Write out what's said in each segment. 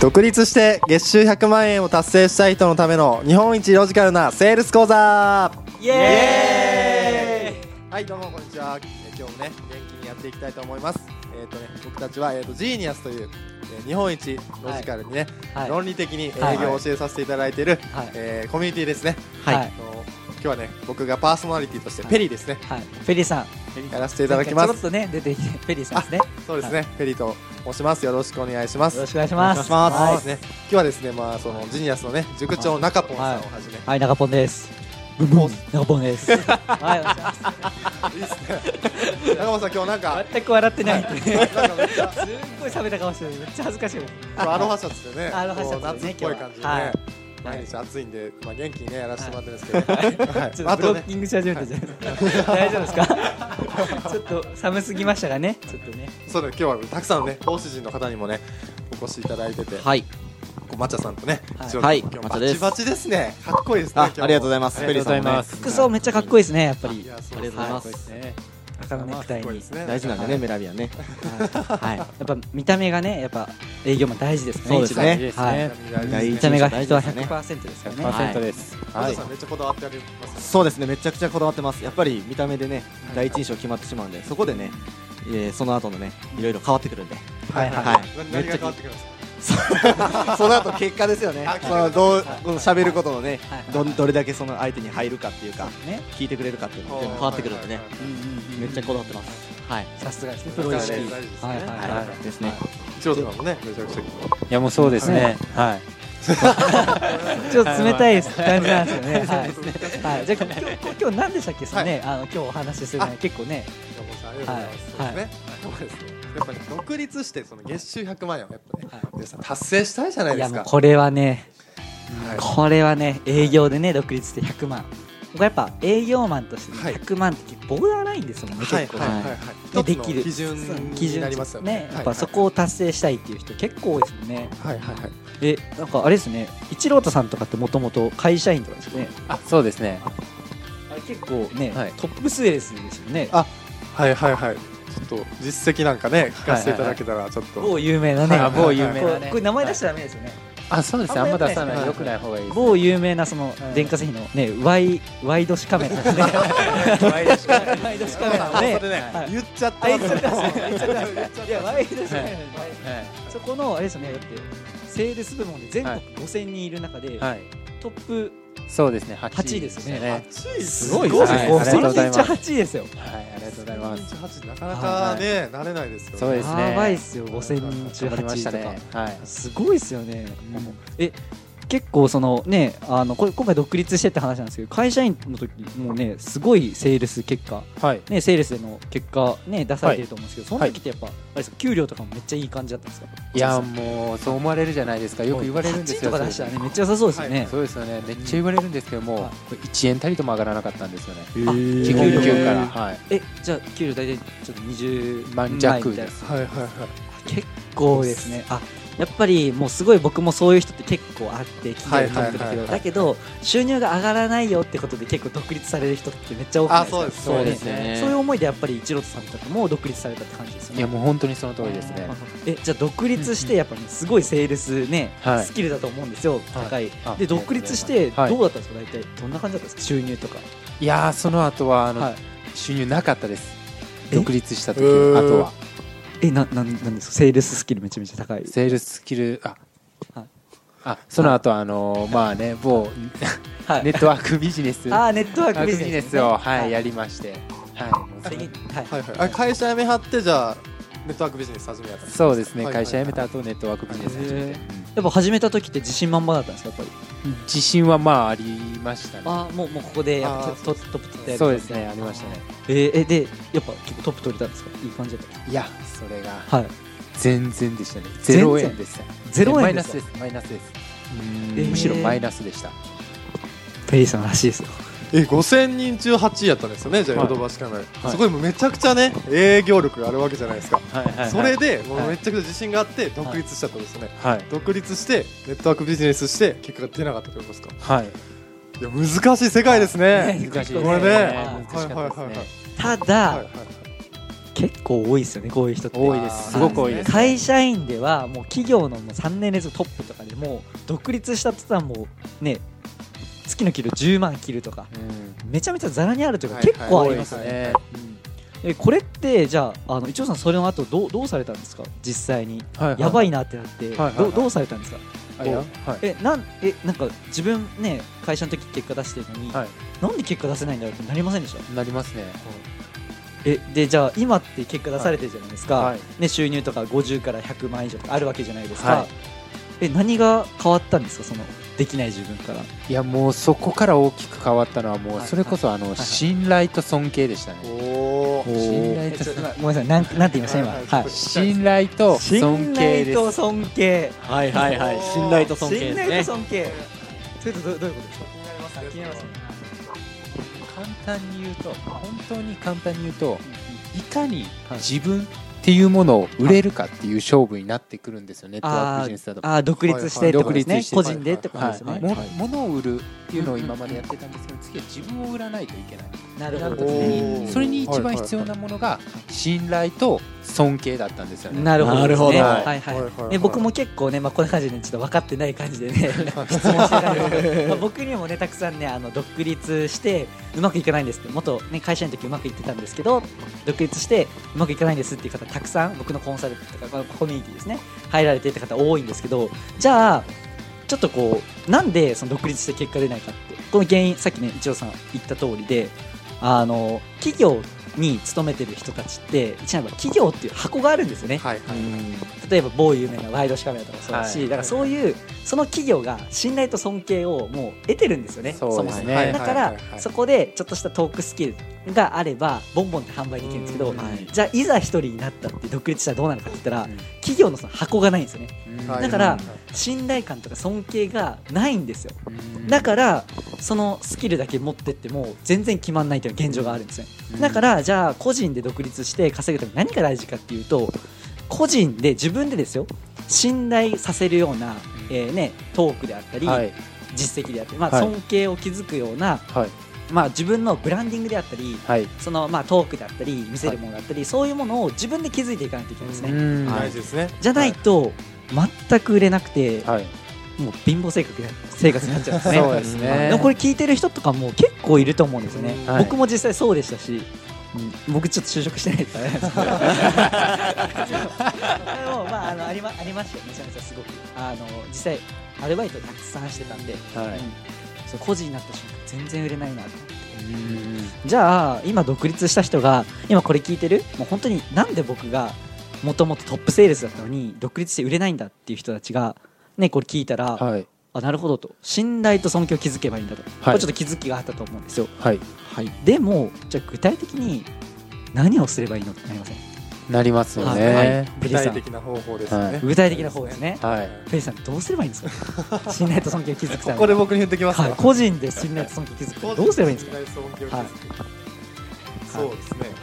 独立して月収100万円を達成したい人のための日本一ロジカルなセールス講座イエはいどうもこんにちは、えー今日もね元気にやっていきたいと思いますえっ、とね僕たちは、えー、とジーニアスという、えー日本一ロジカルにね、はい論理的に営はい業を教えさせていただいている、はいえーコミュニティですね、はいあの今日はね僕がパーソナリティとしてペリーですね、はい、フェリーさん、いやらせていただきまちょろっすとね、出てきて、フェリーさんですね。そうですね、ペリーと申しますよろしくお願いしますよろしくお願いします。はいはい、ね、今日はですね、まあ、そのジニアスのね、塾長中ポンさんをはじめ。はい、中ポンです。ブンブン、中ポンです。はい、お願いしますいいですね。中ポンさん、今日なんか、全く笑ってない。すっなんかめっちゃ、ごい冷めた顔してる、めっちゃ恥ずかしい。アロハシャツでね、アロハシャツこう夏っぽい感じでね。はい毎日暑いんで、まあ、元気にね、やらせてもらってるんですけど。はい ちょまあっあととブロッね、キングし始めたじゃないですか。大 丈夫ですか。ちょっと寒すぎましたがね、ちょっとね。そうだ、今日はたくさんのね、講師陣の方にもね、お越しいただいてて。はい、こうマチャさんとね、はい一郎はい君今日マチバャですチバチですね。かっこいいですね。あ、あ今日りがもとうございます。あペりがリーとうんござさいもねます服装めっちゃかっこいいですね、やっぱいり。や、そうあでりすがとねうござかっこいまいいですす。ね。赤のネクタイかっこいいにで。すね大事なんだね、メラビアね。はい、やっぱ見た目がね、やっぱ営業も大事ですね。そうですね一番はい。第見一た目が人は大事ですね100%ですからね。 100%です。マはチいャさん、めっちゃこだわってありますね。そうですね、めちゃくちゃこだわってます。やっぱり見た目でね、第一印象決まってしまうんで、そこでね、えーその後のね、いろいろ変わってくるんで。はいはいはいな何が変わってくるんですか。その後結果ですよねあ。そのどう、この喋ることのねはい、どんどれだけその相手に入るかっていうか、ね。聞いてくれるかっていうのも全部変わってくるんでねはいはいはい。うんうんうんめっちゃこだわってます。はい。さすがですね。プロプロ意意識識。はいはいはい、はいですね。一郎さんもね、めちゃくちゃ。いやもうそうですね。はい。ちょっと冷たいです感じなんですよね。はい。はい。じゃあ今日今日今日何でしたっけ？そのね、あの今日お話しするのは結構ね。ありがとうございます。そうはですいね。そうですね。やっぱり独立してその月収100万円をやっぱね、はい皆さん達成したいじゃないいでやすもうか。これはね、はいこれはね営業でね独立して100万。僕はやっぱ営業マンとしてねはい100万ってボーダーラインですもんね。はい結は構いね。はいはい。一つでのきる基準そうになりますよね。やっぱそこを達成したいっていう人結構多いですもんね。はいはいはい。え、なんかあれですね、一郎太さんとかってもともと会社員とかですよね。あ、そうですね。あれ結構ね、はいトップスエースですよね。あはいはいはい。ちょっと実績なんかね聞かせていただけたらちょっと。某有名なね。あ某有名こなうねこれ。名前出しちゃダメですよね。あ、そうですね。あんま出さあんなまい。良良くくない方がいいです。某有名なその電化製品のね、ワイワイドシカ メラですね。ワイドシカメラ。ワイドシカメラのね。それはい言っちゃっあた。言っちゃってますね。言っちゃって言っ ますいや ワイドシカメラのね。はいそこのあれですよね。だってセールス部門で全国はい5000人いる中で、はい。トップそうですね。 8 8位ですよね。暑いすすごごいいでですすねね。ありがとうございます8位ですよ。はい。ありがとうございます。 28なかなかね慣れないですよね。そうですねやばいっすよ。5000人中頑張りま8し位たとか。ね。はい。すごいですよね、え結構そのねあのこれ今回独立してって話なんですけど会社員の時もうねすごいセールス結果、はい。ね、セールスでの結果、ね、出されてると思うんですけど、はいその時ってやっぱ、あれですか給料とかもめっちゃいい感じだったんですかいやもうそう思われるじゃないですか。よく言われるんで8位すとよ。か出したらねめっちゃ良さそうですよね、そうですよね。めっちゃ言われるんですけども、1円たりとも上がらなかったんですよね。ー給へー料から。はい。えじゃあ給料大体ちょっと20万弱みたいでなす。はいはいはい。結構ですねあやっぱりもうすごい僕もそういう人って結構あって聞いたりとかはいはいはいはいだけど収入が上がらないよってことで結構独立される人ってめっちゃ多くないあですかそうですそうですねね。そういう思いでやっぱり一郎太さんとかも独立されたって感じですよいねやもう本当にその通りですね。えじゃあ独立してやっぱねすごいセールスね、はいスキルだと思うんですよ、高いあで独立してどうだはったいんですか大体どんな感じだったんですか収入とかいやーその後はあの、はい収入なかったですえ独立した時えーあとはえななんなんですかセールススキルめちゃめちゃ高いセールススキルあはいあその後はあのーまあね某はいネットワークビジネスあーネットワーワクークビビジジネネススね、をはいややりましてはいはいはいはい。あ会社辞めはってじゃあネットワークビジネス始めたんか。そうですねはいはい会社辞めた後ネットワークビジネス始めてやっぱ始めた時って自信満々だったんですかやっぱりうん自信はまあありましたねああもうもうここでやっぱあートップトップ取ってやるぞそうですねありましたねえーえでやっぱ結構トップ取れたんですかいい感じだっいやそれがたはい全然でしたね全然0円でしたゼロマ円イでナすかスですマイナスですえーむしろマイナスでしたペリーさんらしいですよえ5000人中8位やったんですよねじゃあヨドバシカメラ、いすごいもうめちゃくちゃね営業力があるわけじゃないですか、それでもうはいめちゃくちゃ自信があって独立しちゃったんですよね、はい独立してネットワークビジネスして結果が出なかったってことですかはいいや難しい世界ですねね難しいですこれね難しかったはいはいはいですねはいたはいだはい結構多いですよねこういう人って多いですすごく多いです会社員ではもう企業のもう3年連続トップとかでもう独立したって言ったらもうね月の給料10万切るとかうんめちゃめちゃざらにあるというかはい結構ありますそようね、ねえこれってじゃああの一応さんそれの後どうどうされたんですか実際に はいやばいいなってなって、はいはいどはういどうされたんですかあいやはいえなんえなんか自分ね会社の時結果出してるのに、はいなんで結果出せないんだろうってなりませんでしたなりますねえでじゃあ今って結果出されてるじゃないですか、はいね、収入とか50から100万以上とかあるわけじゃないですか、はいえ何が変わったんですかそのできない自分からいやもうそこから大きく変わったのはもうはいそれこそあのいはい信頼と尊敬でしたねおー信頼えとちょっと今ごめんなさいなんなんて言いました今、はいはい、信頼と尊敬で信頼とす尊敬はいはいはいおー信頼と尊敬信です頼とね尊敬それとどどういうことですか気になりますね簡単に言うと本当に簡単に言うといかに自分っていうものを売れるかっていう勝負になってくるんですよネットワークビジネスだと。ああ独立してってことですね、はいはい個人でってことはですいよね、も物を売るっていうのを今までやってたんですけど次は自分を売らないといけないなってるなほったどね時おにーそれに一番必要なものが信頼と尊敬だったんですよね。なるほどですねなるほどはいはいはいはいはいね僕も結構ね、まあ、こんな感じでちょっと分かってない感じで ね質問してたんですけど、 まあ、僕にもねたくさんねあの独立してうまくいかないんですって元、ね、会社員の時うまくいってたんですけど独立してうまくいかないんですっていう方たくさん僕のコンサルとか、まあ、コミュニティですね入られてるって方多いんですけどじゃあちょっとこうなんでその独立して結果出ないかってこの原因さっきね一応さん言った通りであの企業に勤めてる人たちって一応企業っていう箱があるんですよねはいはい例えば某有名なワイドシカメラとかもそうだし、はいだからそういうその企業が信頼と尊敬をもう得てるんですよねそうですねもはそいもだから、はいはいはいそこでちょっとしたトークスキルがあればボンボンって販売できるんですけどうんはいじゃあいざ一人になったって独立したらどうなるかって言ったら、うん企業のその箱がないんですよねうんはいだから信頼感とか尊敬がないんですようんだからそのスキルだけ持ってっても全然決まんないという現状があるんですようんだからじゃあ個人で独立して稼ぐために何が大事かっていうと個人で自分でですよ信頼させるような、えーね、トークであったり、はい実績であったり、まあ、はい尊敬を築くような、はいまあ、自分のブランディングであったりはいその、まあ、トークであったり見せるものだったり、そういうものを自分で築いていかないといけないですね、うん大事ですねじゃないと、全く売れなくて、はいもう貧乏性格で生活になっちゃうんですねそうですねでもこれ聞いてる人とかも結構いると思うんですよね、はい僕も実際そうでしたし、うん僕ちょっと就職して ないからあれなんですけどでもまああのありまありましたよめちゃめちゃすごくあの実際アルバイトたくさんしてたんで、はうんそう個人になった瞬間全然売れないなというんじゃあ今独立した人が今これ聞いてるもう本当になんで僕がもともとトップセールスだったのに独立して売れないんだっていう人たちがねこれ聞いたら、はいあなるほどと信頼と尊敬を築けばいいんだと、これちょっと気づきがあったと思うんですよはいでもじゃあ具体的に何をすればいいのってなりませんなりますよはねい具ペリーさ体ん的な方法ですよはねい具体的な方ですねはいペリーさんどうすればいいんですか 信頼と尊敬を築くたこめにこで僕に言ってきますはかい、個人で信頼と尊敬を築くどうすればいいんです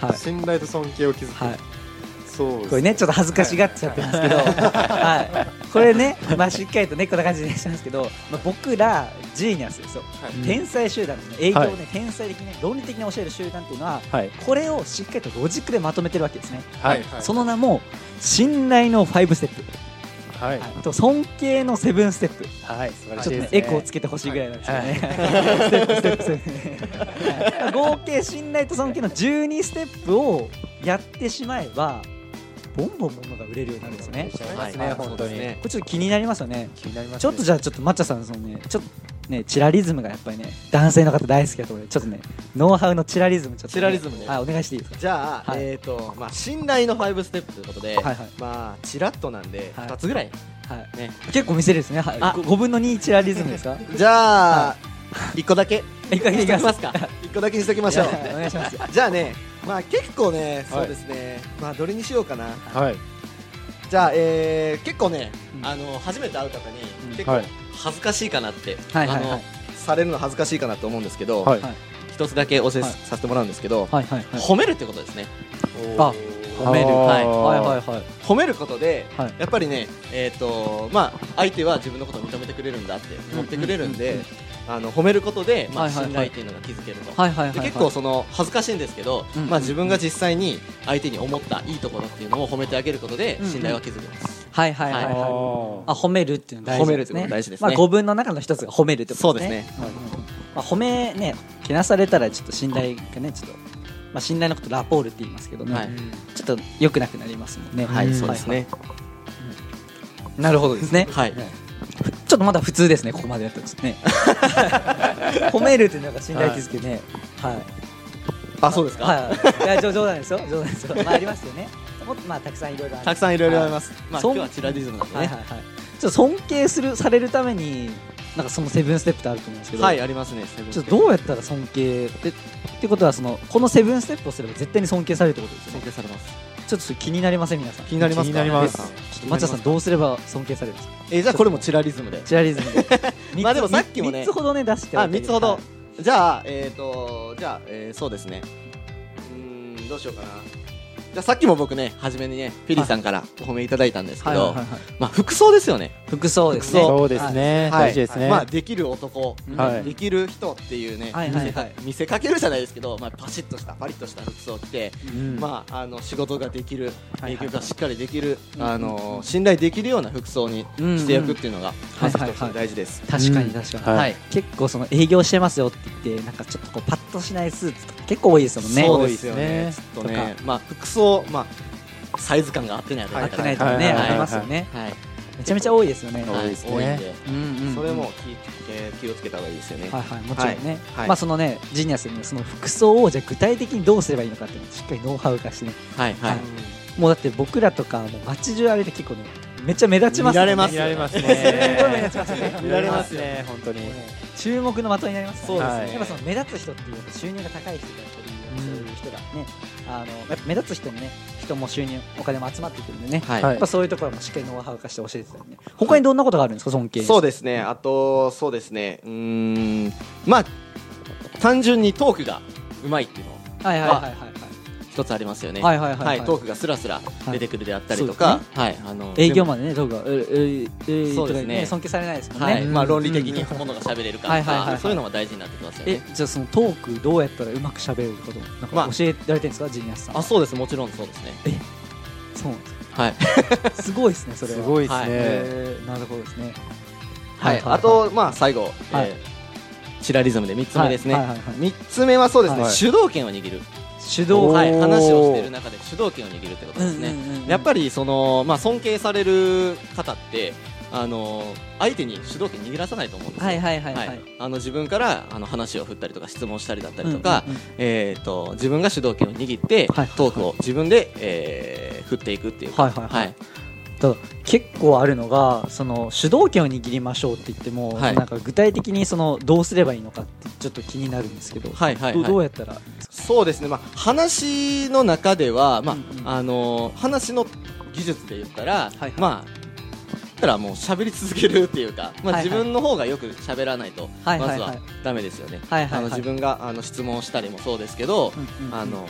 か信頼と尊敬を築くはそいうですね、は信頼いと尊敬を築く、はそうい、ですこれねちょっと恥ずかしがっちゃって ますけど、はい、これね、まあ、しっかりとねこんな感じでしたんですけど、まあ、僕らジーニアスですよはいうん天才集団ですね営業をね、は天才的にね論理的に教える集団っていうのははいこれをしっかりとロジックでまとめてるわけですね、はいその名も信頼の5ステップ、はいはいと尊敬の7ステップはい素晴ちょっらしいとでねすエコをねつけてほしいぐらいなんですけどね、ステップステップステップ、はい 合計信頼と尊敬の12ステップをやってしまえばボンボンものが売れるようになるんですよねこはいね本当にれちょっと気になりますよね気になりますちょっとじゃあちょっと抹茶さんそのねちょっとねチラリズムがやっぱりね男性の方大好きだと思うのでちょっとねノウハウのチラリズムちょっと、チラリズムねはいお願いしていいですかじゃあ、はいえっ、とまあ信頼の5ステップということで、はいはいまあちらっとなんではい2つぐらい、はい、ね結構見せるんですね、はい、あご5分の2チラリズムです かじゃはあ、一1個だけ一回にいしきときまますす か1個だけにしときましょうお願いし ますよじゃあねまあ結構ねはいそうですね、まあどれにしようかなはいじゃあ、えー、結構ね、うんあの初めて会う方に、うん結は構い恥ずかしいかなって、はいはいはいあのされるの恥ずかしいかなと思うんですけど、はい一つだけお教えはいさせてもらうんですけど、はいはいはい褒めるってことですねあ褒めるはいはいはいはい褒めることで、はいやっぱりねえっ、とまあ相手は自分のことを認めてくれるんだって思ってくれるんうで、んうんうんあの褒めることで、まはあ、いはいはい信頼っていうのが築けると、はいはいはい、ではい、結構その恥ずかしいんですけど、うんまあ、自分が実際に相手に思ったいいところっていうのを褒めてあげることでうん信頼は築けます、はいはいはい、あはいーあ褒めるっていうの大事ですね褒めるっていうの大事ですねまあ五分の中の一つが褒めるってことですね。そうですね。まあ褒めねけなされたらちょっと信頼がねちょっとまあ信頼のことラポールって言いますけどね、はいちょっと良くなくなりますもんね。はい、うんそうですねはいなるほどですね。はい、ちょっとまだ普通ですねここまでやったんです ね。褒めるっていうのが信頼築けね。はい。あそうですか、はい。いや冗冗談ですよ冗談ですよ。まあありますよね。もっとまあたくさんいろいろあるたくさんいろいろあります、まあそ今ん日はチラリズムなんでねはいはいはい。ちょっと尊敬するされるためになんかそのセブンステップってあると思うんですけど。はいありますねセブンちスょっテとップどうやったら尊敬でってことはそのこのセブンステップをすれば絶対に尊敬されるってことですよ尊ね敬されますちょっとそれ気になりません皆さん気になりま気すかになります皆さんちょっと松田さんどうすれば尊敬されるんですかえーじゃあこれもチラリズムでチラリズムで三つまあでもさっきもね三つほどね出しておあいて三つほど、じゃあえっ、ー、とじゃあ、えー、そうですねうーんどうしようかなじゃあさっきも僕ね初めにねフィリーさんからお褒めいただいたんですけはいど、はいはいはいまあ服装ですよね服装ですね服装そうですねはい大事ですねまあできる男、はいできる人っていうね、はいはいはい見せか見せかけるじゃないですけど、まあ、パシッとしたパリッとした服装を着て、うんまあ、あの仕事ができるはいはい営業がしっかりできる、うんうんあの信頼できるような服装にうんうんしていくっていうのが、まずはいはいはい一つ大事です。確かに確かに、うんはい結構その営業してますよって言ってなんかちょっとこうパッとしないスーツとか結構多いですもんねそうですよね。ちょっととね、まあ服装まあサイズ感が合ってないと合かってないとはかねいはいありますよねはい、めちゃめちゃ多いですよねはい、多い多いですねんで、うんうんうんそれも気,、えー気をつけた方がいいですよね。はいはい、もちろんね、はいまあそのねジニアスにその服装をじゃあ具体的にどうすればいいのかっていうのをしっかりノウハウ化してねはい、はい、はいもうだって僕らとかもう街中歩いて結構ねめっちゃ目立ちますもんね見られます見られます すごい目ね立ちますよね見られますね本当にもうね注目の的になりますそうですねはいやっぱその目立つ人っていうやっぱ収入が高い人だったりそういう人がねあのやっぱ目立つ人もね人も収入お金も集まってくるんでね、はいはやっぱそういうところもしっかりノウハウ化して教えてたんで他にどんなことがあるんですか尊敬そうでですね、あと、そうですね、うーん、まあ、単純にトークがうまいっていうの、すはいはいはいはい一つありますよね、はいいはいはいはいトークがすらすら出てくるであったりとか、はいあの営業マンでね、トークが、ううううそうですねとか尊敬されないですもんね。はいうんまあ、論理的にものが喋れるかはいとはいはいはいか、そういうのも大事になってきますよえね。、じゃあそのトークどうやったらうまく喋れることなんまかあ教えられてるんですか、ジーニアスさん。あ、そうです、もちろんそうですね。そうなんですかはい、すごいですね、それは。すごい。いですねえー、なるほどですね。はい、あと、まあ、最後、はいえーチラリズムで三つ目ですはいはいね。はいはい三つ目はそうですね、はい主導権を握る、主導おーはい、話をしている中で主導権を握るってことですね。やっぱり、りその、まあ、尊敬される方ってあの相手に主導権握らさないと思うんですよ。はいはいはいはい。あの自分からあの話を振ったりとか質問したりだったりとか、うんうんうんえー、と自分が主導権を握って、はいトークを自分で、えー振っていくっていう、はいはいはいただ結構あるのがその主導権を握りましょうって言っても、はいなんか具体的にそのどうすればいいのかってちょっと気になるんですけど、はいはいどうはいどうやったらいいんですかそうですね、まあ、話の中では、まあうんうんあの話の技術で言ったら、はいまあ言ったらもう喋り続けるっていうか、まあ、はいはい自分の方がよく喋らないと、はいはいはいまずはダメですよね。はいはいはいあの自分があの質問をしたりもそうですけど、うんうんうんあのー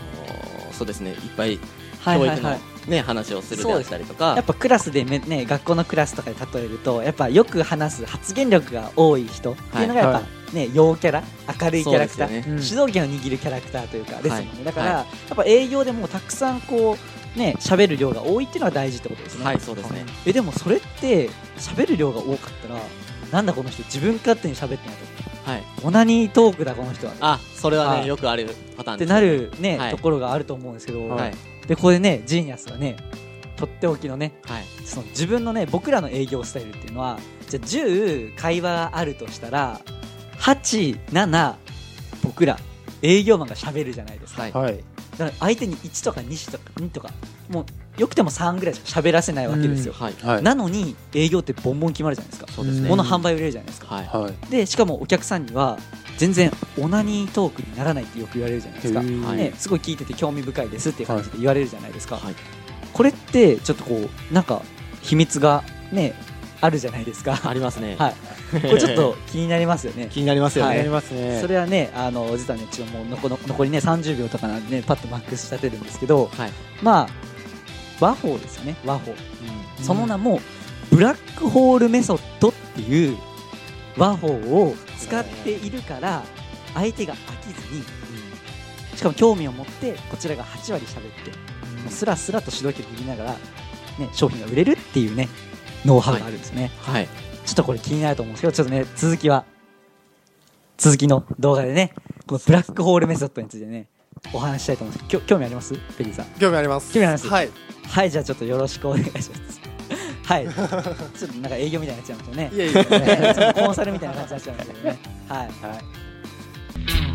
そうですねいっぱいはい教は育いの、はいね、話をするであったりとかやっぱクラスでめ、ね、学校のクラスとかで例えるとやっぱよく話す発言力が多い人っていうのがやっぱ、はね、陽キャラ明るいキャラクタそうでー、すよねうん主導権を握るキャラクターというかですもんね、はいだから、はやっぱ営業でもうたくさんこうね喋る量が多いっていうのは大事ってことですね、はいそうですねえでもそれって喋る量が多かったらなんだこの人自分勝手に喋ってないはいとオナニートークだこの人はっあそれははねいよくあるパターンてですなる、ねはいところがあると思うんですけど、はいでここでねジーニアスはねとっておきのねはいその自分のね僕らの営業スタイルっていうのはじゃあ10会話があるとしたら87僕ら営業マンが喋るじゃないですか、はいはいだから相手に1とか2とか2とかもうよくても3ぐらいしか喋らせないわけですよ、はいはいなのに営業ってボンボン決まるじゃないですかそうですね物販売売れるじゃないですかはいはいでしかもお客さんには全然オナニートークにならないってよく言われるじゃないですか、へーはいね、すごい聞いてて興味深いですっていう感じで言われるじゃないですか、はいこれってちょっとこうなんか秘密がねあるじゃないですかあはりますねいこれちょっと気になりますよね 気になりますよはやいねりますねそれはねあの実はねちょっともう残残りね30秒とかなんでねパッとマックス立てるんですけどはいまあ和法ですよね和法その名もブラックホールメソッドっていう和法を使っているから相手が飽きずにしかも興味を持ってこちらが8割喋ってもうスラスラと主導権握りながら、ね、商品が売れるっていうねノウハウがあるんですね、はいちょっとこれ気になると思うんですけどちょっとね続きは続きの動画でねこのブラックホールメソッドについてねお話ししたいと思うんですけどきょ興味ありますペリーさん興味あります興味ありますはいはいじゃあちょっとよろしくお願いします はいちょっとなんか営業みたいになっちゃいましたねいえいえねちょっとコンサルみたいな感じになっちゃいましたけどねはいはい